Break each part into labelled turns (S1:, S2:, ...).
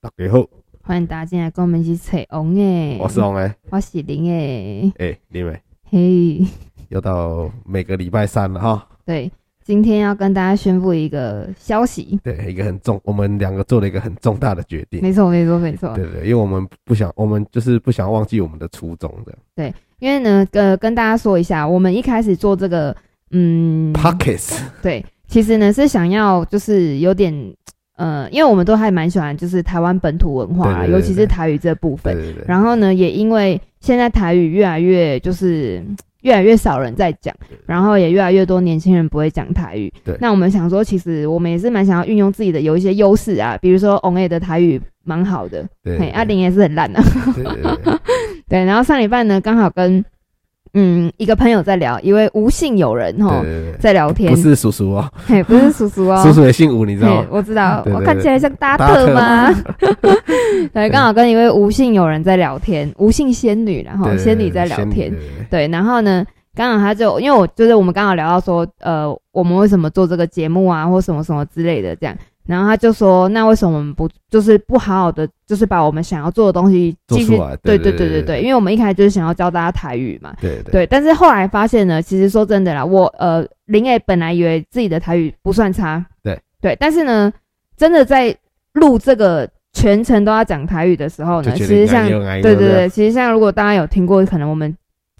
S1: 大家好，
S2: 欢迎大家进来跟我们一起扯红诶，
S1: 我是王哎
S2: 我是林诶，
S1: 哎，你们
S2: 嘿、
S1: 又到每个礼拜三了哈。
S2: 对，今天要跟大家宣布一个消息，
S1: 对，一个很重，我们两个做了一个很重大的决定。
S2: 没错没错没错，
S1: 对对，因为我们不想，我们就是不想忘记我们的初衷的。
S2: 因为呢，呃，跟大家说一下，我们一开始做这个，嗯，
S1: Pockets，
S2: 对，其实呢是想要就是有点，呃，因为我们都还蛮喜欢就是台湾本土文化啊，
S1: 对对对
S2: 尤其
S1: 对
S2: 是台语这部
S1: 对
S2: 分。
S1: 对对，
S2: 然后呢，也因为现在台语越来越就是嗯越来越少人在讲，然后也越来越多年轻人不会讲台语。
S1: 对
S2: 那我们想说，其实我们也是蛮想要运用自己的有一些优势啊，比如说 On A 的台语蛮好的，
S1: 对
S2: 嘿，
S1: 对
S2: 阿玲也是很烂的、啊。
S1: 对对对
S2: 对，然后上礼拜呢，刚好跟嗯一个朋友在聊，一位吴姓友人
S1: 对
S2: 吼
S1: 对对，
S2: 在聊天
S1: 不，是叔叔哦，
S2: 嘿，不是叔叔 哦，
S1: 叔叔也姓吴，你知道
S2: 嘿
S1: 吗？
S2: 我知道，
S1: 对对
S2: 我
S1: 对
S2: 看起来像搭
S1: 搭
S2: 特
S1: 特
S2: 吗？ 对，刚好跟一位吴姓友人在聊天，吴姓仙女啦，然后
S1: 对
S2: 仙女在聊，
S1: 对，对
S2: 天
S1: 对
S2: 对，然后呢，刚好他就因为我就是我们刚好聊到说，呃，我们为什么做这个节目啊，或什么什么之类的这样，然后他就说，那为什么我们不就是不好好的，就是把我们想要做的东西
S1: 做
S2: 继
S1: 出
S2: 续
S1: 来，
S2: 对
S1: 对
S2: 对对对对，因为我们一开始就是想要教大家台语嘛，
S1: 对对
S2: 对，但是后来发现呢，其实说真的啦，我呃林磊本来以为自己的台语不算差，
S1: 对
S2: 对，但是呢，真的在录这个全程都要讲台语的时候呢，
S1: 就
S2: 其
S1: 觉得应
S2: 实
S1: 该
S2: 像
S1: 用来
S2: 对
S1: 用
S2: 对
S1: 这样
S2: 对，其实像如果大家有听过，可能我们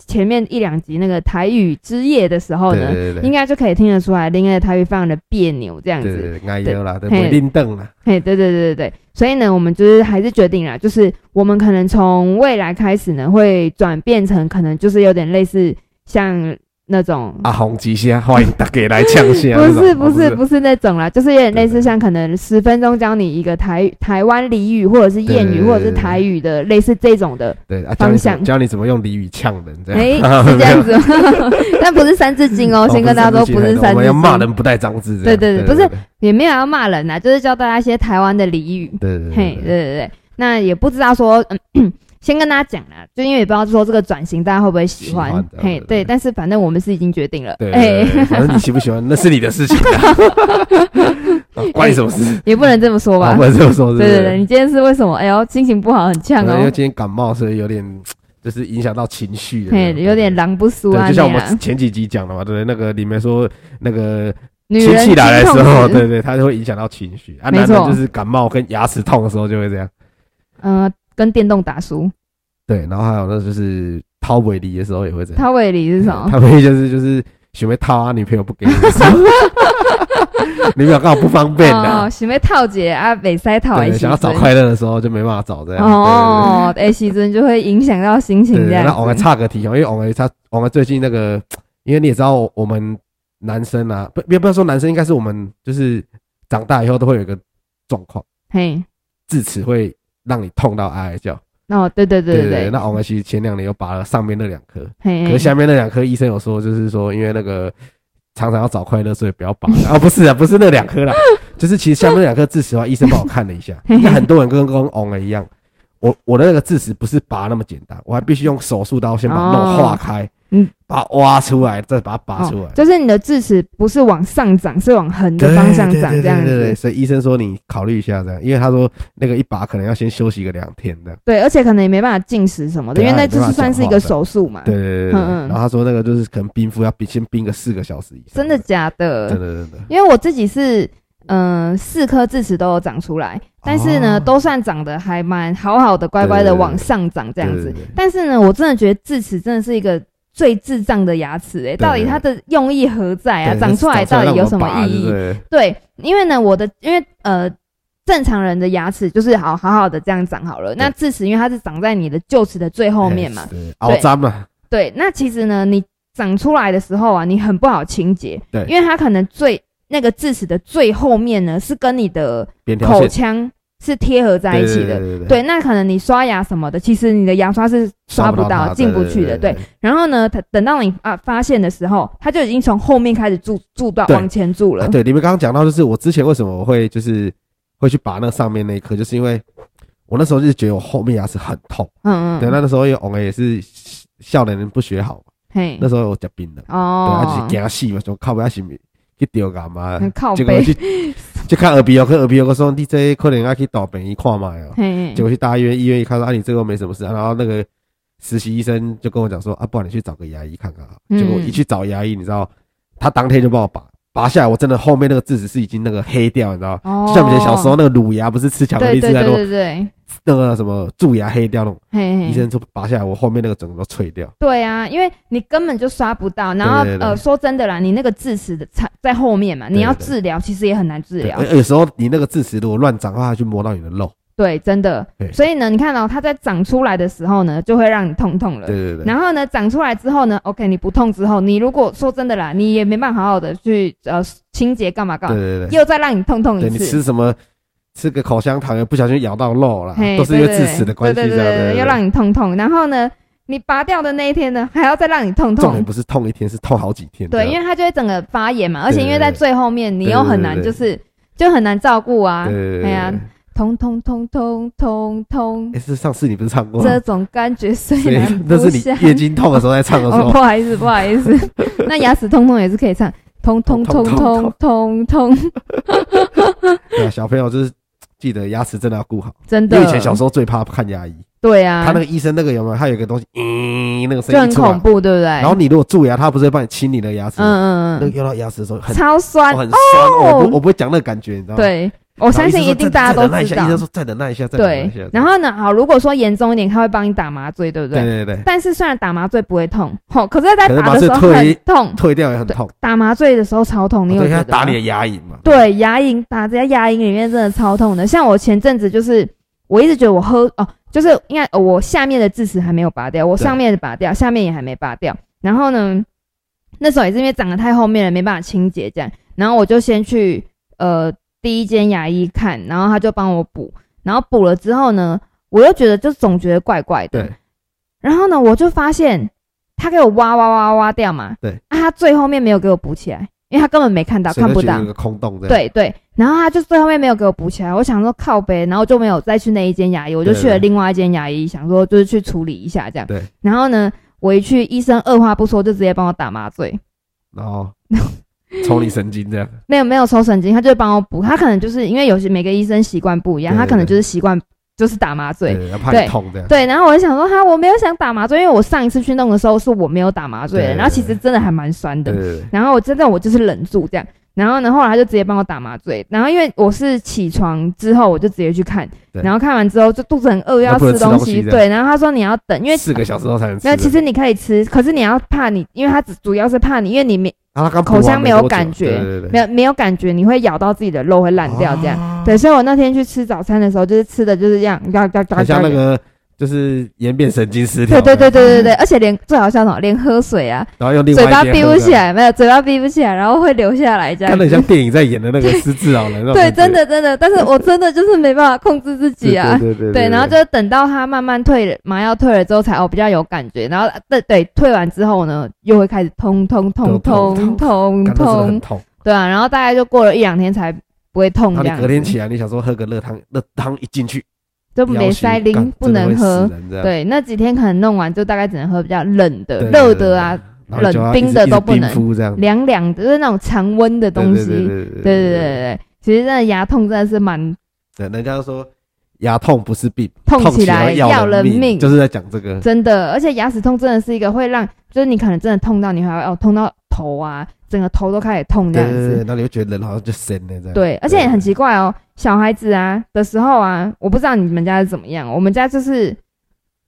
S2: 前面一两集那个台语之夜的时候
S1: 对
S2: 呢，
S1: 对对
S2: 应
S1: 对。
S2: 该就可以听得出来林磊的台语非常的别扭这样
S1: 对
S2: 子，
S1: 对对，哎呦啦，对，
S2: 嘿
S1: 不定凳啦，
S2: 嘿，对对对对对，所以呢，我们就是还是决定了，就是我们可能从未来开始呢，会转变成可能就是有点类似像那种，
S1: 啊，红极虾，欢迎大家来呛虾。
S2: 不
S1: 那
S2: 是
S1: 种
S2: 不是，不是那种啦，就是有点类
S1: 哦对
S2: 似像可能十分钟教你一个台台湾俚语或者是谚
S1: 对对
S2: 语
S1: 对
S2: 或者是台语的类似这种的，
S1: 对啊，教你
S2: 方
S1: 怎么
S2: 向
S1: 教你怎么用俚语呛人，这样。
S2: 哎，是这样子吗， 但不是三字经哦，先跟大家说不是
S1: 我
S2: 三字
S1: 们要骂
S2: 经，
S1: 人不带脏字。
S2: 对对对不是也没有要骂人啦，就是教大家一些台湾的俚语。
S1: 对对
S2: 嘿，对对对，那也不知道说，嗯， 先跟大家讲啦，就因为也不知道说这个转型大家会不会喜欢，
S1: 喜欢的
S2: 嘿，
S1: 对
S2: 对，但是反正我们是已经决定了，
S1: 对
S2: 哎
S1: 对，对，反正你喜不喜欢 那是你的事 情啊，啊关你什么事？哦
S2: 也不能这么说哎吧
S1: 我，们这么说，
S2: 对对对，
S1: 啊对
S2: 你今天是为什么？哎呦，心情不好，很
S1: 可
S2: 呛
S1: 能因为
S2: 哦，
S1: 今天感冒，所以有点就是影响到情绪了，
S2: 嘿，
S1: 对
S2: 有点。狼不舒
S1: 对，
S2: 啊，
S1: 就像我
S2: 那样
S1: 们前几集讲的嘛，对，那个里面说那个
S2: 啊女
S1: 亲
S2: 人
S1: 戚来的时候，
S2: 经 痛
S1: 对
S2: 时，
S1: 对，它就会影响到情绪啊。
S2: 没
S1: 男人
S2: 错
S1: 就是感冒跟牙齿痛的时候就会这样。
S2: 呃，跟电动打输，
S1: 对，然后还有那就是掏尾离的时候也会这样。
S2: 他胃里是什么？
S1: 他唯一就是就是想要套他啊女朋友不给你的时 候，女朋友刚好不方便
S2: 哦，
S1: 啦，
S2: 想要套姐啊，北塞套
S1: 对
S2: 哎，
S1: 想要找快乐的时候就没办法找这样。
S2: 哦，哎，其实就会影响到心
S1: 对，
S2: 情
S1: 对
S2: 这
S1: 对，
S2: 样
S1: 那我们
S2: 子，
S1: 岔个题哦，因为我们他我们最近那个，因为你也知道我们男生啊，不不不要说男生，应该是我们就是长大以后都会有一个状况，
S2: 嘿，
S1: 智齿会让你痛到哀哀叫。
S2: 哦，对对对
S1: 对
S2: 对，
S1: 那我们其实前两年有拔了上面那两颗，
S2: 嘿，
S1: 可是下面那两颗医生有说，就是说因为那个常常要找快乐，所以不要拔啊，不是啊，不是那两颗啦，就是其实下面那两颗智齿的话，医生帮我看了一下，
S2: 嘿
S1: 因为很多人跟跟翁了一样，我我的那个智齿不是拔那么简单，我还必须用手术刀先把它弄
S2: 哦
S1: 化开，
S2: 嗯
S1: 把它挖出来，再把它拔出来。
S2: 哦就是你的智齿不是往上涨，是往横的方向
S1: 对
S2: 长
S1: 对对
S2: 这样
S1: 对对对
S2: 子。
S1: 所以医生说你考虑一下这样，因为他说那个一拔可能要先休息个两天这样。
S2: 对，而且可能也没办法进食什么的，
S1: 对
S2: 因
S1: 啊
S2: 为那就是算是一个手术嘛。
S1: 对对对对对，
S2: 嗯嗯
S1: 然后他说那个就是可能冰敷要冰先冰个四个小时以上。
S2: 真的假
S1: 真
S2: 的？
S1: 的真的。
S2: 因为我自己是，嗯，四颗智齿都有长出来，但是呢，
S1: 哦
S2: 都算长得还蛮好好的，乖乖
S1: 对
S2: 的
S1: 对对
S2: 往上长这样
S1: 对
S2: 子
S1: 对对。
S2: 但是呢，我真的觉得智齿真的是一个最智障的牙齿，
S1: 对
S2: 诶，到底它的用意何在啊？
S1: 对
S2: 长出来到底有什么意义？
S1: 对
S2: 对，因为呢，我的因为呃，正常人的牙齿就是好好好的这样长好了。那智齿因为它是长在你的臼齿的最后面嘛，
S1: 对，熬脏嘛，
S2: 对。那其实呢，你长出来的时候啊，你很不好清洁，
S1: 对
S2: 因为它可能最那个智齿的最后面呢，是跟你的
S1: 扁条
S2: 口
S1: 线
S2: 腔是贴合在一起的。
S1: 对对
S2: 对，那可能你刷牙什么的，其实你的牙刷是刷不到、进不去的。对，，然后呢，它等到你啊发现的时候，它就已经从后面开始蛀蛀到
S1: 对啊
S2: 往前蛀了。
S1: 对，你们刚刚讲到，就是我之前为什么我会就是会去拔那上面那一颗，就是因为我那时候就觉得我后面牙齿很痛。
S2: 嗯嗯。
S1: 对，那那时候因为我们也是笑年不学好，
S2: 嘿
S1: 那时候我嚼槟榔，对，
S2: 嗯哦，
S1: 他就是惊死嘛，说靠不要是去丢干嘛
S2: 很，靠
S1: 啊结果
S2: 背，
S1: 去就看耳鼻喉科，耳鼻喉科说你这可能要去到本医看哦嘛呀。
S2: 嘿
S1: 结，果去大医院，医院一看说啊，你这个没什么事、啊。然后那个实习医生就跟我讲说啊，不然你去找个牙医看看啊。
S2: 嗯
S1: 结果我一去找牙医，你知道，他当天就帮我拔拔下来，我真的后面那个智齿是已经那个黑掉，你知道。
S2: 哦
S1: 就像我们以前小时候那个乳牙，不是吃巧克
S2: 对
S1: 力
S2: 对
S1: 吃
S2: 对
S1: 太多，
S2: 对对，
S1: 那个什么蛀牙黑掉那种，
S2: 嘿嘿，
S1: 医生就拔下来，我后面那个整个都脆掉。
S2: 对啊，因为你根本就刷不到，然后
S1: 对对对
S2: 呃，说真的啦，你那个智齿的在在后面嘛，
S1: 对
S2: 你要治疗其实也很难治
S1: 对，
S2: 疗
S1: 哎而，而有时候你那个智齿如果乱长的话，它去磨到你的肉。
S2: 对，真的
S1: 对。
S2: 所以呢，你看哦，它在长出来的时候呢，就会让你痛痛了。
S1: 对对对。
S2: 然后呢，长出来之后呢，OK，你不痛之后，你如果说真的啦，你也没办法好好的去呃清洁干嘛干
S1: 对
S2: 嘛，
S1: 对对。
S2: 又再让你痛痛一
S1: 对你
S2: 次，
S1: 吃什么，吃个口香糖又不小心咬到肉啦，
S2: 嘿
S1: 啊都是因为智齿的关系，
S2: 对
S1: 这
S2: 对对
S1: 样
S2: 对对对，又让
S1: 你
S2: 你痛痛。然后呢，你拔掉的那一天呢，还要再让你痛
S1: 重点
S2: 痛，
S1: 不是痛一天，是痛好几天这样。
S2: 对，因为它就会整个发炎嘛，而且
S1: 对对
S2: 因为在最后面，你又很难
S1: 对对
S2: 就
S1: 对
S2: 是就很难照顾啊
S1: 对，对对对
S2: 哎呀
S1: 对
S2: 痛痛痛痛痛痛
S1: 哎，，是上次你不是唱过吗？
S2: 这种感觉
S1: 所
S2: 虽
S1: 以
S2: 然
S1: 那
S2: 不
S1: 是你
S2: 像。
S1: 月 经痛的时候在唱的时
S2: 哦，
S1: 候
S2: 不，好意思，不好意思， 那牙齿痛痛也是可以唱，痛痛痛痛痛痛，
S1: 对啊小朋友就是记得牙齿真的要顾好。
S2: 真
S1: 因
S2: 的。
S1: 为以前小时候最怕看牙医，
S2: 对
S1: 他那
S2: 啊，
S1: 个医生那个有没有？他有一个东西，咦，那个声音
S2: 就
S1: 一
S2: 很
S1: 出
S2: 恐
S1: 来，
S2: 怖，对不对？
S1: 然后你如果蛀牙，他不是会帮你清你的牙齿？吗？
S2: 嗯
S1: 那
S2: 嗯
S1: 个用到牙齿的时候很
S2: 嗯，超酸
S1: 我，很酸，
S2: 哦
S1: 我不我不会讲那个感觉，你知道吗？
S2: 对，我
S1: 我
S2: 相信一定大家都知
S1: 医生
S2: 道。
S1: 说再忍耐一下，再忍耐
S2: 对
S1: 一下。，
S2: 然后呢，好，如果说严重一点，他会帮你打麻醉，对不
S1: 对对
S2: 对？
S1: 对，对
S2: 但是虽然打麻醉不会痛，吼，可是在
S1: 可是
S2: 打
S1: 麻
S2: 的
S1: 醉
S2: 时候
S1: 退
S2: 很痛，
S1: 退掉也很痛，
S2: 打麻醉的时候超痛，你有
S1: 对，
S2: 觉
S1: 他
S2: 得
S1: 打
S2: 吗
S1: 你的牙龈嘛。
S2: 对，牙龈打在牙龈里面真的超痛的。像我前阵子就是，我一直觉得我喝哦，就是应该、呃我下面的智齿还没有拔掉，我
S1: 对
S2: 上面的拔掉，下面也还没拔掉。然后呢，那时候也是因为长得太后面了，没办法清洁这样。然后我就先去呃第一间牙医看，然后他就帮我补，然后补了之后呢，我又觉得就总觉得怪怪的
S1: 对。
S2: 然后呢，我就发现他给我挖挖挖挖掉嘛，
S1: 对
S2: 啊，他最后面没有给我补起来，因为他根本没看到，
S1: 所以
S2: 看
S1: 就
S2: 不
S1: 觉得
S2: 到
S1: 有。个空洞这样。
S2: 对对，然后他就最后面没有给我补起来，我想说靠呗，然后就没有再去那一间牙医，我就
S1: 对
S2: 去了
S1: 对
S2: 另外一间牙医，想说就是去处理一下这样。
S1: 对。
S2: 然后呢，我一去，医生二话不说就直接帮我打麻醉，
S1: 然 后抽你神经这样。
S2: 没有没有抽神经，他就帮我补，他可能就是因为有些每个医生习惯不一样，
S1: 对
S2: 他
S1: 对
S2: 可能
S1: 对
S2: 就是习惯就是打麻醉。
S1: 对，要怕
S2: 对
S1: 你痛这样。
S2: 对，然后我就想说，哈，我没有想打麻醉，因为我上一次去弄的时候是我没有打麻醉
S1: 对
S2: 的，
S1: 对
S2: 然后
S1: 对
S2: 其实真的还蛮酸的
S1: 对。对对，
S2: 然后我真的我就是忍住这样，然后呢，后来他就直接帮我打麻醉，然后因为我是起床之后我就直接去看，
S1: 对
S2: 然后看完之后就肚子很饿，又要
S1: 那不能
S2: 吃
S1: 吃
S2: 东
S1: 东
S2: 西，
S1: 西这样
S2: 对，然后他说你要等，因为
S1: 四个小时后才能吃
S2: 没
S1: 的。
S2: 有，其实你可以吃，可是你要怕你，因为他只主要是怕你，因为你没
S1: 啊他刚补
S2: 口
S1: 完
S2: 腔没有
S1: 多久
S2: 感觉
S1: 对对对，哦啊
S2: 没有没有感觉，你会咬到自己的肉会烂掉这样。
S1: 样，
S2: 对，所以我那天去吃早餐的时候，就是吃的就是这样，嘎嘎嘎
S1: 很
S2: 嘎
S1: 像那。个就是演变神经失调。
S2: 对对对对，对对，而且连最好笑什么，连喝水啊，
S1: 然后用另外
S2: 嘴
S1: 一
S2: 巴
S1: 边
S2: 闭
S1: 喝
S2: 不
S1: 这
S2: 起
S1: 样，
S2: 来，没有嘴巴闭不起来，然后会流下来这样
S1: 看
S2: 子。
S1: 得很像电影在演的那个失智老人那种感
S2: 对，
S1: 觉。
S2: 真的真的，但是我真的就是没办法控制自己啊。
S1: 对对
S2: 对，然后就等到它慢慢退了，麻药退了之后才哦比较有感觉，然后对对退完之后呢，又会开始痛痛痛
S1: 痛痛
S2: 痛痛
S1: 感到真的
S2: 痛
S1: 很，痛。
S2: 对啊，然后大概就过了一两天才不会痛
S1: 然后你
S2: 这样
S1: 隔天
S2: 子，
S1: 起来，你想说喝个热汤，热汤一进去
S2: 就没塞
S1: 干
S2: 零不能。
S1: 真的会
S2: 喝
S1: 死，人这样
S2: 对，那几天可能弄完就大概只能喝比较冷的、
S1: 对
S2: 热的啊、，
S1: 对对对然后你就要
S2: 冷冰
S1: 一直
S2: 的
S1: 一直
S2: 都不
S1: 冰
S2: 能
S1: 敷这样。
S2: 凉凉的，就是那种常温的东西。
S1: 对对对对
S2: 对对对对，其实真的牙痛真的是蛮
S1: 对，人家说牙痛不是病，
S2: 痛
S1: 痛
S2: 起来要
S1: 要
S2: 人命
S1: 命，就是在讲这个。
S2: 真的，而且牙齿痛真的是一个会让，就是你可能真的痛到你还会哦痛到头啊，整个头都开始痛这
S1: 对
S2: 样
S1: 对对，对
S2: 子。
S1: 那你就觉得人好像就神了这样。
S2: 对，而且也很奇怪哦，小孩子啊的时候啊，我不知道你们家是怎么样，我们家就是。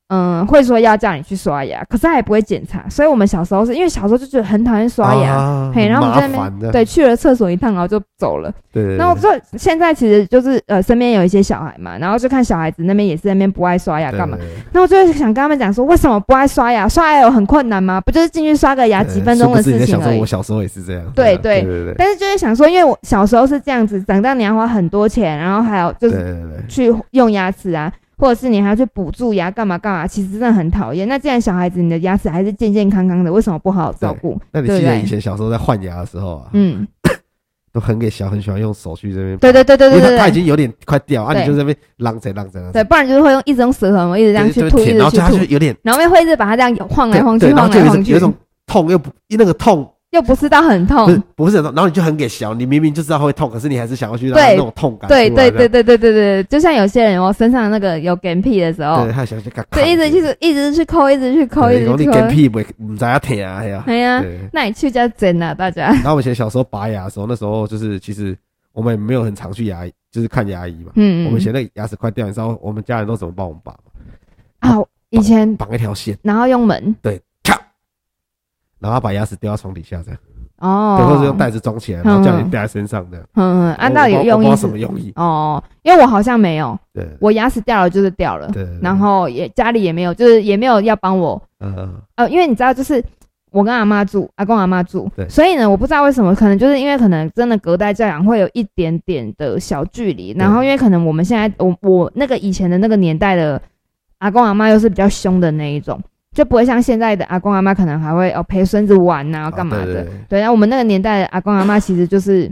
S2: 嗯，会说要叫你去刷牙，可是他也不会检查，所以我们小时候是因为小时候就觉得很讨厌刷牙，
S1: 啊
S2: 嘿然后我们在那
S1: 很
S2: 边
S1: 麻烦的，
S2: 对，去了厕所一趟然后就走了。
S1: 对对。
S2: 那我说现在其实就是呃，身边有一些小孩嘛，然后就看小孩子那边也是在那边不爱刷牙
S1: 对
S2: 干嘛，？
S1: 对对
S2: 那我就会想跟他们讲说，为什么不爱刷牙？刷牙有很困难吗？不就是进去刷个牙几分钟的
S1: 殊不知
S2: 事
S1: 你在
S2: 情
S1: 想
S2: 而
S1: 说，
S2: 已
S1: 我。小时候也是这样。
S2: 对
S1: 对对
S2: 对
S1: 对对
S2: 但是就会想说，因为我小时候是这样子，长大你要花很多钱，然后还有就
S1: 对
S2: 是
S1: 对对对。
S2: 去用牙齿啊，或者是你还要去补蛀牙干嘛干嘛，其实真的很讨厌。那既然小孩子你的牙齿还是健健康康的，为什么不好好照顾？
S1: 那你
S2: 对
S1: 记
S2: 不
S1: 得
S2: 对
S1: 以前小时候在换牙的时候啊，
S2: 嗯，
S1: 都很给小很喜欢用手去这边，
S2: 对对对对
S1: 因为
S2: 对对
S1: 它它已
S2: 对。
S1: 经有点快掉啊，
S2: 对
S1: 你就在那边浪着浪着浪着，
S2: 对，不然就是会用一直用舌头，我一直这样
S1: 对
S2: 去
S1: 就
S2: 吐，一
S1: 舔，
S2: 直
S1: 然后
S2: 去
S1: 就它就
S2: 吐，
S1: 有点
S2: 然后会一直把它这样晃来晃
S1: 对
S2: 去，
S1: 对然
S2: 晃
S1: 后就有
S2: 来
S1: 一
S2: 晃
S1: 种
S2: 去，
S1: 有一种痛又不那个痛
S2: 又不是到很
S1: 不是
S2: 痛，
S1: 不是很痛，然后你就很给小，你明明就知道会痛，可是你还是想要去让
S2: 对
S1: 它那种痛感出来
S2: 对对
S1: 啊这
S2: 对
S1: 样
S2: 对对对对，就像有些人我身上那个有嗝屁的时候
S1: 对，，他想去看，
S2: 就哦一直一 直一直去抠，一直去抠，一
S1: 对
S2: 直
S1: 你
S2: 去
S1: 说
S2: 抠
S1: 你，跟屁不唔知要疼啊，哎呀，
S2: 哎呀，
S1: 对。
S2: 那你去叫整啊，大家，
S1: 然后我以前小时候拔牙的时候，那时候就是其实我们也没有很常去牙，医，就是看牙医嘛。
S2: 嗯，
S1: 我们以前那个牙齿快掉，你知道我们家人都怎么帮我们拔吗？
S2: 啊，以前
S1: 绑一条线，
S2: 然后用门
S1: 然后把牙齿丢到床底下这样，
S2: 哦
S1: 对，，或者用袋子装起来，然后叫你戴在身上这样。
S2: 嗯，嗯，按
S1: 我
S2: 到
S1: 我
S2: 有
S1: 不知道
S2: 用
S1: 我不知
S2: 意
S1: 道
S2: 是
S1: 什么用意？
S2: 哦，因为我好像没有，
S1: 对
S2: 我牙齿掉了就是掉了，
S1: 对。对
S2: 然后也家里也没有，就是也没有要帮我，
S1: 嗯，
S2: 呃，因为你知道，就是我跟阿妈住，阿公阿妈住，
S1: 对
S2: 所以呢，我不知道为什么，可能就是因为可能真的隔代教养会有一点点的小距离，然后因为可能我们现在，我我那个以前的那个年代的阿公阿妈又是比较凶的那一种，就不会像现在的阿公阿妈可能还会哦陪孙子玩啊干嘛的，
S1: 啊对对对
S2: 对，然后我们那个年代的阿公阿妈其实就是。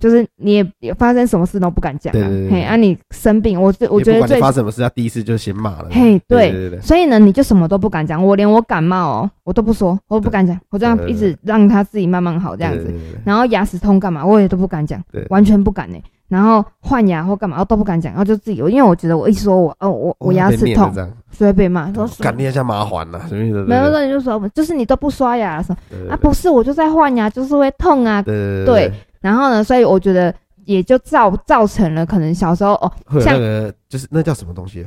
S2: 就是你也也发生什么事都不敢讲、啊，
S1: 对对对
S2: 嘿，啊你生病，我最我觉
S1: 也
S2: 得
S1: 不管
S2: 最
S1: 你发生什么事，他第一次就先骂了。
S2: 嘿
S1: 对
S2: 对
S1: 对对，
S2: 所以呢，你就什么都不敢讲，我连我感冒哦，我都不说，我不敢讲，我这样
S1: 对
S2: 一直让他自己慢慢好这样子。
S1: 子
S2: 然后牙齿痛干嘛，我也都不敢讲
S1: 对，
S2: 完全不敢呢、然后换牙或干嘛，我都不敢讲，然后就自己，因为我觉得我一说我哦我我牙齿痛，
S1: 这样，
S2: 所以被骂，说什
S1: 感
S2: 么
S1: 念一下麻烦了，什么意思？
S2: 没有说你就说就是你都不刷牙什么
S1: 对
S2: 啊，不是我就在换牙，就是会痛啊。
S1: 对
S2: 对，然后呢，所以我觉得也就造造成了可能小时候哦，
S1: 会有那个就是那叫什么东西？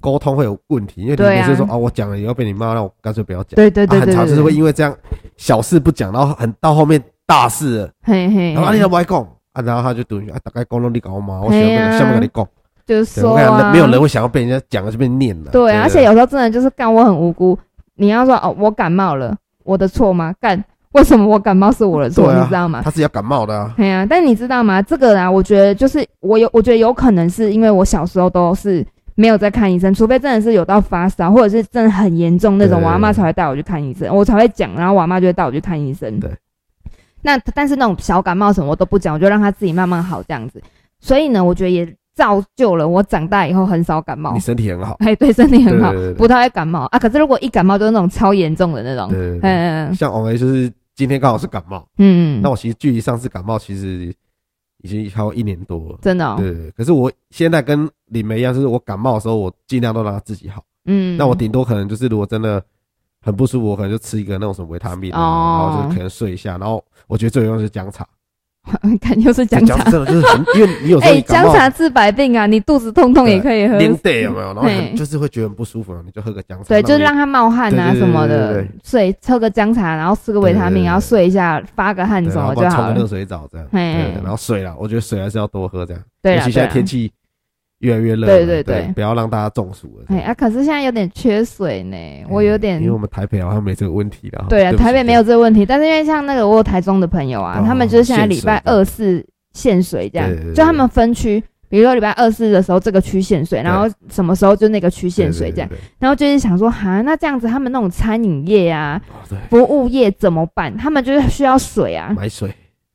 S1: 沟通会有问题，因为你
S2: 对
S1: 每
S2: 啊
S1: 次说啊，我讲了以后被你骂，那我干脆不要讲。
S2: 对对
S1: 啊
S2: 对
S1: 很
S2: 对
S1: 常
S2: 对
S1: 就是会
S2: 对，
S1: 因为这样小事不讲，然后很到后面大事了，
S2: 嘿嘿，
S1: 然后啊
S2: 嘿
S1: 你都不爱讲啊，然后他就赌你啊，大概讲拢你搞嘛，我想
S2: 嘿
S1: 要
S2: 啊
S1: 想要跟你讲，
S2: 就是
S1: 对我
S2: 说
S1: 跟你讲
S2: 啊，
S1: 没有人会想要被人家讲了就被念了。
S2: 对，而且有时候真的就是干我很无辜。你要说哦，我感冒了，我的错吗？干， 为什么我感冒是我的错？
S1: 对啊
S2: 你知道吗？
S1: 他是要感冒的啊，
S2: 对呀、但你知道吗？这个啊，我觉得就是我有，我觉得有可能是因为我小时候都是没有在看医生，除非真的是有到发烧，或者是真的很严重那种，
S1: 对
S2: 我阿妈才会带我去看医生，我才会讲，然后我阿妈就会带我去看医生。
S1: 对。
S2: 那但是那种小感冒什么我都不讲，我就让他自己慢慢好这样子。所以呢，我觉得也造就了我长大以后很少感冒
S1: 你。身体很好，
S2: 哎，对，身体很好
S1: 对对对，对
S2: 不太会感冒啊。可是如果一感冒就是那种超严重的那种，
S1: 对对对
S2: 嗯
S1: 像我们就是今天刚好是感冒，
S2: 嗯，
S1: 那我其实距离上次感冒其实已经超一年多了。
S2: 真的，哦，
S1: 对对，对可是我现在跟李梅一样，就是我感冒的时候，我尽量都让它自己好。
S2: 嗯，
S1: 那我顶多可能就是如果真的很不舒服，我可能就吃一个那种什么维他命啊，
S2: 哦
S1: 然后就可能睡一下。然后我觉得最有用的是姜茶，
S2: 看又是姜
S1: 姜
S2: 茶，
S1: 真的就是很，因为你有时候
S2: 哎
S1: 你，感
S2: 姜
S1: 冒
S2: 茶治百病啊，你肚子痛痛也可以喝，
S1: 连带有没有？然后很
S2: 嘿
S1: 就是会觉得很不舒服，啊然后你就喝个姜茶，
S2: 对，就是
S1: 你
S2: 让它冒汗啊
S1: 对对对
S2: 什么
S1: 对
S2: 的
S1: 对对，
S2: 睡喝个姜茶，然后吃个维他
S1: 对对对
S2: 命，
S1: 对
S2: 然后睡一下，发个汗
S1: 对
S2: 什
S1: 然后
S2: 么就
S1: 帮它
S2: 好
S1: 冲个热
S2: 了。
S1: 水澡这样。
S2: 嘿
S1: 对，然后水啦，我觉得水还是要多喝这样，
S2: 对
S1: 尤
S2: 啦
S1: 其现
S2: 对
S1: 在天
S2: 啦，
S1: 气越来越热嘛，
S2: 对
S1: 对
S2: 对对
S1: 不要让大家中暑了这
S2: 哎
S1: 样。
S2: 啊，可是现在有点缺水呢，我有点
S1: 因为我们台北好像没这个问题了。
S2: 对啊，
S1: 哦不起
S2: 台北没有这个问题，但是因为像那个我有台中的朋友啊，
S1: 哦
S2: 他们就是现在礼拜
S1: 限水
S2: 二四限水这样
S1: 对对对，
S2: 就他们分区，比如说礼拜二四的时候这个区限水，然后什么时候就那个区限水这样，
S1: 对。对对对
S2: 然后就是想说哈，那这样子他们那种餐饮业啊、
S1: 哦对
S2: 服务业怎么办？他们就是需要水啊，
S1: 买水，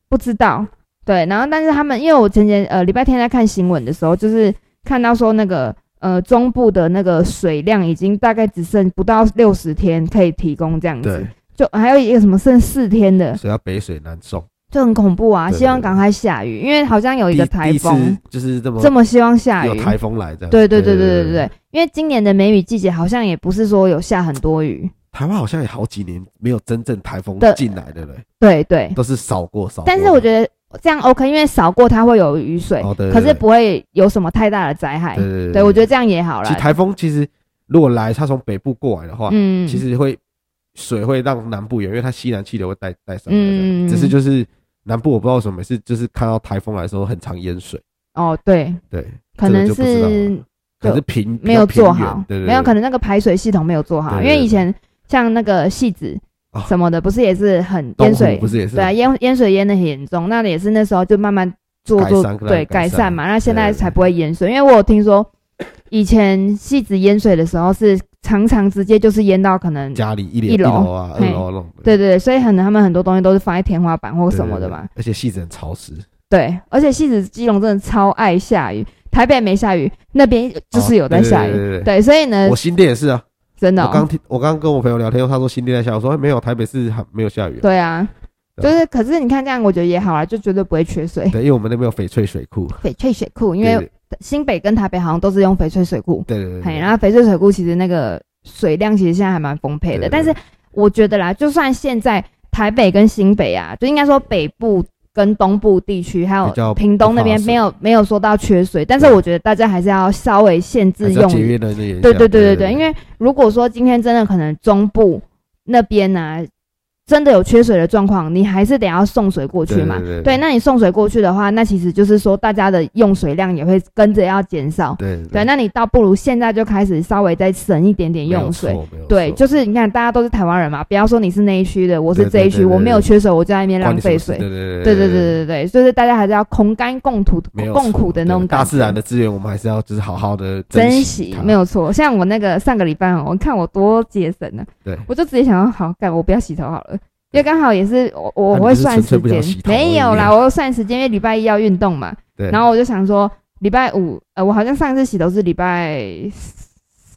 S2: 不知道。对，然后但是他们因为我前天呃礼拜天在看新闻的时候，就是看到说那个呃中部的那个水量已经大概只剩不到六十天可以提供这样子
S1: 对，，
S2: 就还有一个什么剩四天的，
S1: 所以要北水南送。
S2: 就很恐怖啊！
S1: 对对
S2: 希望赶快下雨，因为好像有
S1: 第
S2: 一个台
S1: 第一次
S2: 风，
S1: 就是这么
S2: 这么希望下
S1: 有
S2: 雨。
S1: 台风来这样。
S2: 对对对对对对对，因为今年的梅雨季节好像也不是说有下很多雨，
S1: 台湾好像也好几年没有真正台风
S2: 对
S1: 进来的嘞，
S2: 对对。
S1: 都是扫过扫过。
S2: 但是我觉得这样 OK，因为少过它会有雨水，
S1: 哦对对
S2: 可是不会有什么太大的灾害。
S1: 对对对
S2: 对我觉得这样也好
S1: 其实
S2: 啦。
S1: 台风其实如果来，它从北部过来的话，
S2: 嗯，
S1: 其实会水会让南部有，因为它西南气流会带带上来的。
S2: 嗯，
S1: 只是就是南部我不知道为什么，每次就是看到台风来的时候很常淹水，
S2: 哦对，
S1: 对，
S2: 可能
S1: 这个就不知道
S2: 是
S1: 可能是平
S2: 没有
S1: 比较
S2: 做
S1: 偏远
S2: 好，
S1: 对对，
S2: 没有可
S1: 能
S2: 能那个排水系统没有做好，
S1: 对
S2: 因
S1: 对
S2: 为
S1: 对
S2: 以前像那个戏子
S1: 哦
S2: 什么的，不是也是很淹水
S1: 不，是也是
S2: 对啊，淹淹水淹的很严重，那也是那时候就慢慢做
S1: 改
S2: 做
S1: 善
S2: 对
S1: 改
S2: 改
S1: 善
S2: 善嘛，那现在
S1: 对对对
S2: 才不会淹水，因为我有听说以前戏子淹水的时候是常常直接就是淹到可能
S1: 家里一
S2: 一
S1: 一
S2: 楼
S1: 楼啊二
S2: 嘿
S1: 楼弄的。
S2: 对对对，所以可能他们很多东西都是放在天花板或
S1: 对
S2: 什么的嘛。，
S1: 对对而且戏子很潮湿，
S2: 对，而且戏子基隆真的超爱下雨，台北没下雨，那边就是有在下
S1: 哦
S2: 雨。
S1: 对对对对
S2: 对，所以呢
S1: 我，新店也是啊，
S2: 真的
S1: 我
S2: 哦、
S1: 刚听我刚跟我朋友聊天，他说新店在下雨，我说哎没有，台北市还没有下雨啊。
S2: 对啊，
S1: 对
S2: 就是可是你看这样，我觉得也好啊，就绝对不会缺水。
S1: 对，因为我们那边有翡翠水库，
S2: 翡翠水库，因
S1: 对
S2: 为新北跟台北好像都是用翡翠水库，
S1: 对对对
S2: 嘿，
S1: 对，
S2: 然后翡翠水库其实那个水量其实现在还蛮丰沛
S1: 对
S2: 的，但是我觉得啦，就算现在台北跟新北啊，就应该说北部跟东部地区还
S1: 比较
S2: 有屏东那边
S1: 不怕水
S2: 没有没有说到缺水，但是
S1: 对
S2: 我觉得大家还是要稍微限
S1: 还
S2: 制
S1: 是要
S2: 用
S1: 节
S2: 于
S1: 约能源。
S2: 对对对对对，因为如果说今天真的可能中部那边呢、真的有缺水的状况，你还是得要送水过去嘛。
S1: 对对对
S2: 对，那你送水过去的话，那其实就是说大家的用水量也会跟着要减少。
S1: 对
S2: 对，那你倒不如现在就开始稍微再省一点点
S1: 没有
S2: 用水。
S1: 错，没有
S2: 对，
S1: 错
S2: 就是你看，大家都是台湾人嘛，不要说你是那一区的，我是
S1: 对
S2: 这一
S1: 对
S2: 区，
S1: 对对
S2: 我没有缺水，我就在那边
S1: 关
S2: 浪
S1: 你什
S2: 费
S1: 么事
S2: 水。
S1: 对对
S2: 对对对对对对，就是大家还是要同甘共苦
S1: 没有
S2: 共苦
S1: 错
S2: 的那种
S1: 对
S2: 感觉。
S1: 大自然的资源，我们还是要就是好好的
S2: 珍
S1: 惜。
S2: 惜
S1: 它，
S2: 没有错。像我那个上个礼拜哦，我看我多节省呢、
S1: 对
S2: 我就直接想要好干，我不要洗头好了，因为刚好也是我我
S1: 啊
S2: 我
S1: 你
S2: 会
S1: 是
S2: 算
S1: 纯粹
S2: 时
S1: 不想
S2: 间
S1: 洗，头而已啊
S2: 没有啦，我会算时间，因为礼拜一要运动嘛，
S1: 对，
S2: 然后我就想说礼拜五，呃，我好像上次洗头是礼拜四。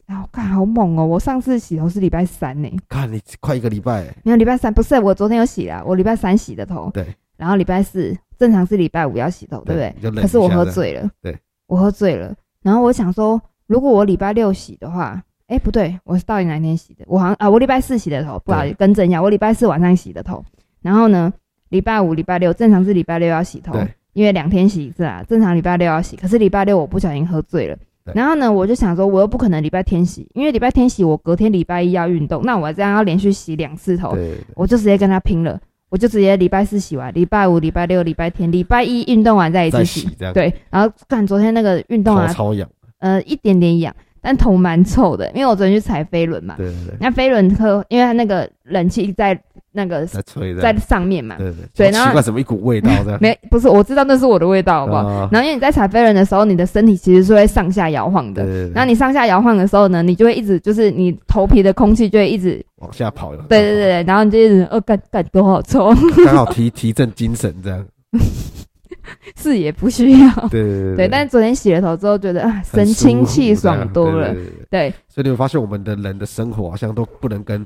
S2: 啊，我看好猛哦！我上次洗头是礼拜三呢、
S1: 看你快一个礼拜，
S2: 没有礼拜三，不是我昨天有洗啦，我礼拜三洗的头，
S1: 对，
S2: 然后礼拜四正常是礼拜五要洗头，对不对？
S1: 你就忍
S2: 可是
S1: 一
S2: 我
S1: 下
S2: 喝
S1: 这样，
S2: 醉了，
S1: 对，
S2: 我喝醉了。然后我想说，如果我礼拜六洗的话，哎，不对，我是到底哪一天洗的？我好像啊，我礼拜四洗的头，不好意思，更正一下，我礼拜四晚上洗的头。然后呢，礼拜五、礼拜六正常是礼拜六要洗头
S1: 对，
S2: 因为两天洗一次啊，正常礼拜六要洗。可是礼拜六我不小心喝醉了
S1: 对。
S2: 然后呢，我就想说，我又不可能礼拜天洗，因为礼拜天洗，我隔天礼拜一要运动，那我这样要连续洗两次头，
S1: 对对对
S2: 我就直接跟他拼了，我就直接礼拜四洗完，礼拜五、礼拜六、礼拜天、礼拜一运动完再一
S1: 再
S2: 次
S1: 洗
S2: 洗。
S1: 这样，
S2: 对，然后看昨天那个运动
S1: 头
S2: 啊，
S1: 超痒，
S2: 呃，一点点痒，但头蛮臭的，因为我昨天去踩飞轮嘛。
S1: 对对对，
S2: 那飞轮喝，因为它那个冷气在那个
S1: 在吹的，
S2: 在上面嘛，
S1: 对对好
S2: 对然后
S1: 奇怪，怎么一股味道这样？
S2: 没不是，我知道那是我的味道，好不好？
S1: 啊
S2: 然后因为你在踩飞轮的时候，你的身体其实是会上下摇晃
S1: 对
S2: 的。
S1: 对对，
S2: 然后你上下摇晃的时候呢，你就会一直就是你头皮的空气就会一直
S1: 往下跑了，
S2: 对对对，对然后你就一直哦，干干多好臭，
S1: 对，刚好提提振精神这样，
S2: 是也不需要。
S1: 对对对
S2: 对，但是昨天洗了头之后，觉得啊，神
S1: 很舒
S2: 清
S1: 服
S2: 气
S1: 这样
S2: 爽多了
S1: 对。对对对
S2: 对，
S1: 所以你会发现我们的人的生活好像都不能跟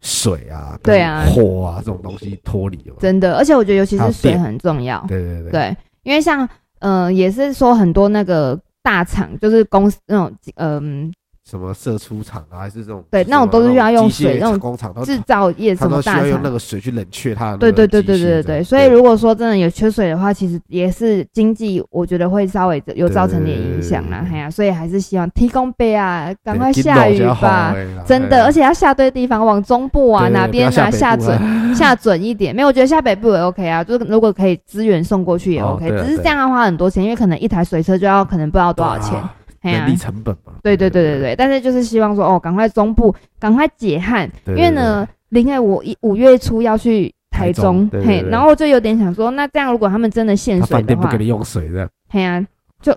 S1: 水啊、
S2: 对啊
S1: 跟火啊这种东西脱离了，
S2: 真的，而且我觉得尤其
S1: 还有
S2: 是水
S1: 电
S2: 很重要。
S1: 对对对
S2: 对，因为像呃，也是说很多那个大厂，就是公司那种嗯、
S1: 什么射出厂啊，还是这种
S2: 对
S1: 什么
S2: 那种都是需要用水
S1: 那种机械工厂，
S2: 制造业
S1: 它
S2: 什
S1: 哦都
S2: 么
S1: 需
S2: 大
S1: 要用
S2: 厂
S1: 那。个水去冷却它的那
S2: 对
S1: 个
S2: 对对
S1: 机
S2: 对
S1: 械
S2: 对对
S1: 这样
S2: 对，所以如果说真的有缺水的话，其实也是经济，我觉得会稍微有造成点影响
S1: 对
S2: 啦
S1: 对对对。
S2: 哎呀，所以还是希望提供杯啊，赶
S1: 对
S2: 快
S1: 金
S2: 下
S1: 楼
S2: 雨
S1: 就要
S2: 吧
S1: 好。欸啦
S2: 真
S1: 对
S2: 的，而且要下对地方，往中部啊
S1: 对对
S2: 哪
S1: 对
S2: 边
S1: 不要
S2: 啊
S1: 下
S2: 下
S1: 北部啊
S2: 准下准一点。没有，我觉得下北部也 OK 啊，就是如果可以资源送过去也
S1: 哦
S2: OK，
S1: 对啊
S2: 只是
S1: 对啊
S2: 这样要花很多钱，因为可能一台水车就要可能不知道多少钱。
S1: 啊
S2: 哎呀
S1: 人力成本嘛，
S2: 对对对对对，但是就是希望说哦，赶快中部赶快解旱，
S1: 对
S2: 因为呢，林爱我一五月初要去台中，
S1: 台中对对
S2: 嘿，
S1: 对
S2: 然后我就有点想说，那这样如果他们真的限
S1: 他
S2: 水
S1: 饭
S2: 的
S1: 店不
S2: 话
S1: 给，你用水这样，
S2: 嘿哎呀、就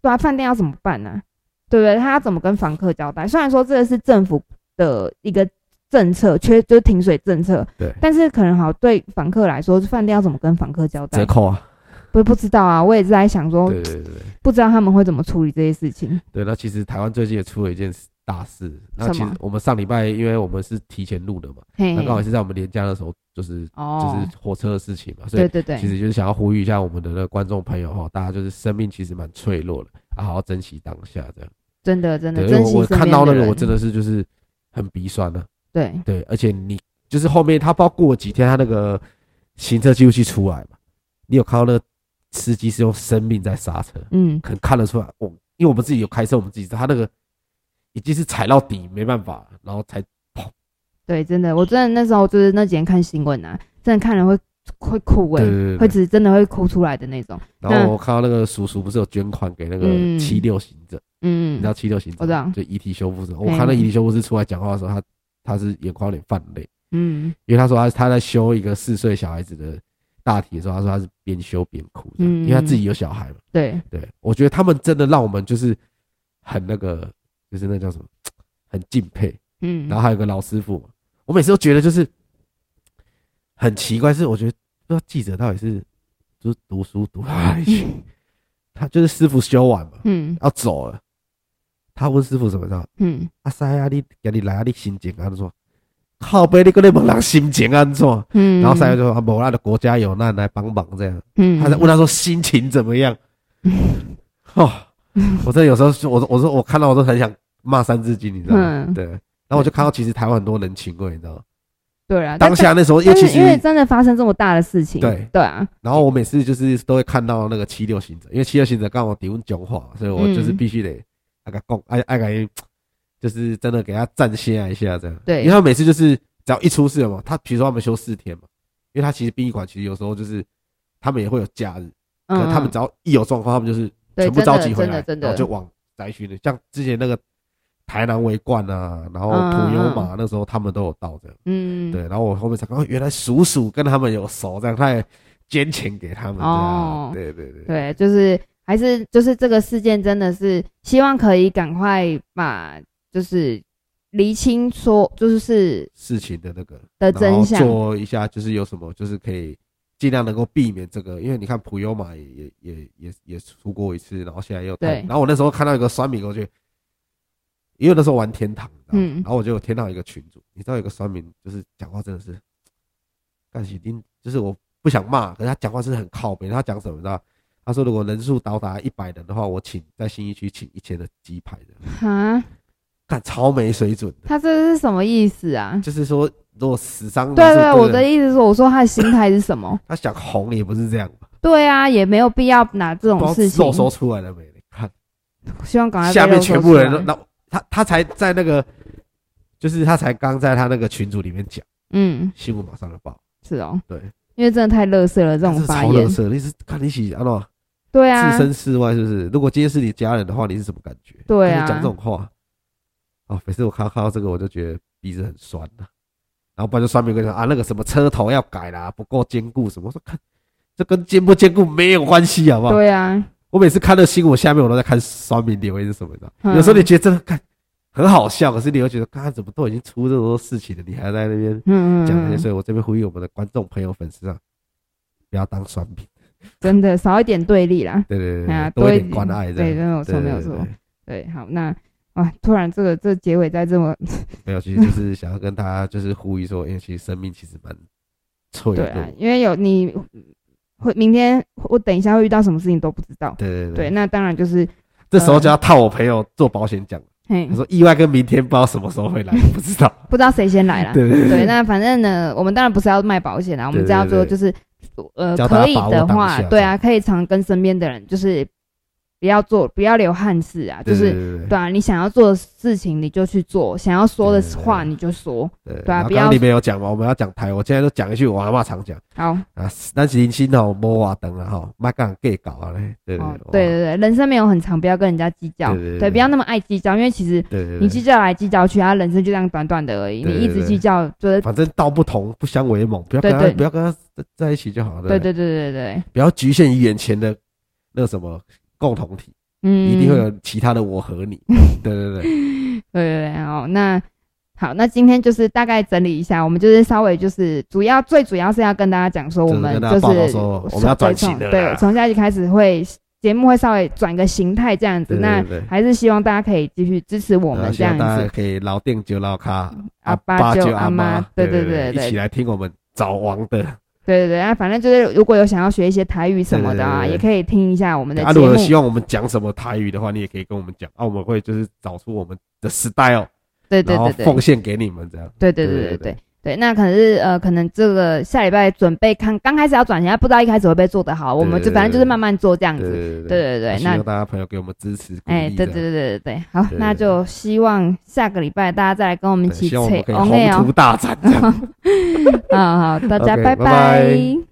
S2: 对啊，饭店要怎么办呢、对不对？他要怎么跟房客交代？虽然说这个是政府的一个政策，缺就是停水政策，
S1: 对
S2: 但是可能好对房客来说，饭店要怎么跟房客交代
S1: 折？扣啊，
S2: 不不知道啊，我也是在想说，
S1: 对对对对
S2: 不知道他们会怎么处理这些事情。
S1: 对。那其实台湾最近也出了一件大事，那其
S2: 什
S1: 实
S2: 么
S1: 我们上礼拜因为我们是提前录的嘛，
S2: 嘿
S1: 那，刚好也是在我们连假的时候，就是就
S2: 哎哦，
S1: 是火车的事情嘛，所
S2: 对
S1: 以
S2: 对对
S1: 其，实就是想要呼吁一下我们的那个观众朋友哈，大家就是生命其实蛮脆弱的，啊，好好珍惜当下这样。
S2: 真的真的
S1: 对，
S2: 珍
S1: 我
S2: 惜
S1: 我
S2: 身
S1: 看
S2: 边
S1: 到那
S2: 的
S1: 个
S2: 人，
S1: 我真的是就是很鼻酸的、
S2: 对
S1: 对，而且你就是后面他不知道过了几天，他那个行车记录器出来嘛，你有看到那个司机是用生命在刹车，
S2: 嗯，
S1: 可能看得出来，我因为我们自己有开车，我们自己知道他那个已经是踩到底没办法，然后才
S2: 对，真的，我真的那时候就是那几天看新闻啊，真的看了会会哭哎、
S1: 对对对对
S2: 会只真的会哭出来的那种。
S1: 然后我看到那个叔叔不是有捐款给那个
S2: 嗯
S1: 七六行者，
S2: 嗯，
S1: 你知道七六行者吗？
S2: 我知道
S1: 就遗体修复者。我
S2: 嗯
S1: 看那遗体修复师出来讲话的时候，他他是眼眶有点泛泪，
S2: 嗯
S1: 因为他说他他在修一个四岁小孩子的大体的时候，他说他是边修边哭这样，
S2: 嗯
S1: 因为他自己有小孩嘛。
S2: 对，
S1: 对，我觉得他们真的让我们就是很那个，就是那叫什么，很敬佩。
S2: 嗯，
S1: 然后还有个老师傅嘛，我每次都觉得就是很奇怪，是我觉得不知道记者到底是就是读书读到哪里去，他就是师傅修完嘛，
S2: 嗯
S1: 要走了，他问师傅什么的，
S2: 嗯，
S1: 啊阿塞啊，你给你来啊，你心情啊，他就说靠背你个那帮人心情啊安怎？
S2: 嗯，
S1: 然后三月就说啊，某那的国家有难来帮忙这样。
S2: 嗯，
S1: 他在问他说心情怎么样？ 哦，我真的有时候是我我说我看到我都很想骂三字经，你知道吗？
S2: 嗯
S1: 对。然后我就看到其实台湾很多人情味，你知道吗？
S2: 对啊，但
S1: 当下那时候，因
S2: 但
S1: 为其
S2: 是因为
S1: 实，
S2: 真的发生这么大的事情，
S1: 对
S2: 对啊，
S1: 然后我每次就是都会看到那个七六行者，因为七六行者刚好抵问讲话，所以我就是
S2: 嗯
S1: 必须得那个共爱爱给，就是真的给他站下一下这样。
S2: 对
S1: 因为他每次就是只要一出事了嘛，他比如说他们休四天嘛，因为他其实殡仪馆其实有时候就是他们也会有假日，可
S2: 嗯，
S1: 能他们只要一有状况，他们就是
S2: 对
S1: 全部召集回
S2: 真的
S1: 来，
S2: 真的
S1: 然后就往灾区的，像之前那个台南围冠啊，然后土油马那时候他们都有到这样，
S2: 嗯，
S1: 对，然后我后面才看，哦，原来鼠鼠跟他们有熟，这样他也捐钱给他们，这
S2: 哦
S1: 样，对对对，
S2: 对，就是还是就是这个事件真的是希望可以赶快把就是厘清说就是是
S1: 事情的那个
S2: 的
S1: 然后
S2: 真相，
S1: 做一下，就是有什么就是可以尽量能够避免这个，因为你看普悠玛也也也也也出过一次，然后现在又
S2: 对
S1: 谈然后我那时候看到一个酸民，我就因为那时候玩天堂，你知道吗
S2: 嗯
S1: 然后我就有天堂一个群主，你知道有个酸民就是讲话真的是，干起丁就是我不想骂，可是他讲话真的很靠北，他讲什么你知道？他说如果人数到达一百人的话，我请在新一区请一千的鸡排的，
S2: 哈，
S1: 干超没水准的，
S2: 他这是什么意 思啊？
S1: 就是说如果死伤人
S2: 对啊
S1: 数
S2: 对，
S1: 不
S2: 我的意思是说，我说他的心态是什么？
S1: 他想红也不是这样吧，
S2: 对啊，也没有必要拿这
S1: 不
S2: 种事
S1: 知道
S2: 情
S1: 肉，搜出来了没？你看
S2: 希望赶快被
S1: 下面
S2: 肉搜
S1: 全部人
S2: 出
S1: 都，
S2: 来
S1: 那他他才在那个，就是他才刚在他那个群组里面讲，
S2: 嗯，
S1: 新闻马上就报，
S2: 是哦，
S1: 对，
S2: 因为真的太乐色了这
S1: 这
S2: 种
S1: 是
S2: 发
S1: 超
S2: 言
S1: 热，色，你是看你一起啊喏，
S2: 对啊
S1: 置，身事外是不是？如果今天是你家人的话，你是什么感觉？
S2: 对啊
S1: 就是讲这种话，啊，每次我看看到这个，我就觉得鼻子很酸呐、然后不然就酸民跟你说啊，那个什么车头要改啦，不够坚固什么，我说看这跟坚不坚固没有关系，好不好？
S2: 对啊，
S1: 我每次看到新闻下面，我都在看刷屏留言是什么，你知道？
S2: 嗯
S1: 有时候你觉得真的看很好笑，可是你又觉得，刚刚怎么都已经出这么多事情了，你还在那边
S2: 嗯，
S1: 讲那
S2: 嗯
S1: 些？
S2: 嗯
S1: 所以我这边呼吁我们的观众朋友、粉丝啊，不要当刷屏，
S2: 真的少一点对立啦。
S1: 对对对
S2: 哎呀
S1: 对，多一点
S2: 点
S1: 关爱，这样
S2: 对，真的有错，
S1: 对
S2: 没
S1: 对
S2: 有
S1: 对
S2: 错
S1: 对。
S2: 对，好，那啊，突然这个这结尾在这么
S1: 没有，其实就是想要跟大家就是呼吁说，因为其实生命其实蛮脆弱
S2: 对
S1: 的，
S2: 啊，因为有你会明天我等一下会遇到什么事情都不知道。
S1: 对对
S2: 对，，那当然就是
S1: 这时候就要套我朋友做保险讲，
S2: 嘿
S1: 他，说意外跟明天不知道什么时候会来，不 知道，
S2: 不知道谁先来啦。
S1: 对对对
S2: 啊对，那反正呢，我们当然不是要卖保险啊，我们
S1: 嗯对
S2: 只要说
S1: 对对
S2: 就是呃
S1: 教大家
S2: 可以
S1: 把握
S2: 的
S1: 当
S2: 话，
S1: 下
S2: 对啊，可以常跟身边的人就是不要做不要留憾事啊，就
S1: 对
S2: 是
S1: 对对
S2: 对啊，你想要做的事情你就去做，想要说的
S1: 对对对
S2: 话你就说。
S1: 对对
S2: 对
S1: 呃
S2: 啊
S1: 然后
S2: 不
S1: 刚
S2: 要
S1: 刚你们有讲嘛，我们要讲台，我现在都讲一句我阿妈常讲。
S2: 好，
S1: 啊，咱是人生吼，无活长啊吼，莫甲人计较啊咧，对
S2: 哦
S1: 对，
S2: 对对对，人生没有很长，不要跟人家计较，
S1: 对对对
S2: 不要那么爱计较，因为其实
S1: 对对，对
S2: 你计较来计较去，他人生就这样短短的而已，
S1: 对
S2: 你一
S1: 对
S2: 直
S1: 对
S2: 计较，就是
S1: 反正道不同不相为谋，不要跟他
S2: 对对
S1: 不要跟他在在一起就好了，
S2: 对
S1: 不对，
S2: 对对对对，
S1: 不要局限于眼前的那个什么共同体，
S2: 嗯，
S1: 一定会有其他的我和 你，对对对，
S2: 对对对，哦，那好，那今天就是大概整理一下，我们就是稍微就是主要最主要是要跟大家讲说，我们
S1: 跟大
S2: 就
S1: 家报告
S2: 是
S1: 说我们要转型了啦，
S2: 对，从下一集开始会节目会稍微转个形态这样子，
S1: 对对
S2: 那
S1: 对对
S2: 还是希望大家可以继续支持我
S1: 然后
S2: 们
S1: 希
S2: 这
S1: 望
S2: 样
S1: 大
S2: 子
S1: 家，可以老店就老咖，
S2: 阿爸
S1: 爸
S2: 就
S1: 就
S2: 阿
S1: 阿
S2: 妈对
S1: 对
S2: 对对对
S1: 一起来听我们早王的，
S2: 对对对，那反正就是如果有想要学一些台语什么的啊，
S1: 对对对对
S2: 也可以听一下我们的
S1: 啊，
S2: 节
S1: 如
S2: 目
S1: 果。希望我们讲什么台语的话，你也可以跟我们讲，啊，我们会就是找出我们的 style。
S2: 对对
S1: 然后
S2: 对对
S1: 奉献给你们这样。
S2: 对对对
S1: 对
S2: 对
S1: 对
S2: 对对，那可能是呃，可能这个下礼拜准备看，刚开始要转型，不知道一开始会不会做得好，我们就
S1: 对对
S2: 反正就是
S1: 对
S2: 慢慢做这样
S1: 对
S2: 子。
S1: 对
S2: 对对对，
S1: 希
S2: 那
S1: 望大家朋友给我们支持鼓励。
S2: 哎，对对对对对对，好，
S1: 对
S2: 那就希望下个礼拜大家再来跟我们一
S1: 对，
S2: 起
S1: 希望我们可以
S2: 哦，嗯
S1: 宏图大展这样。
S2: 好好，大家
S1: OK，
S2: 拜
S1: 拜拜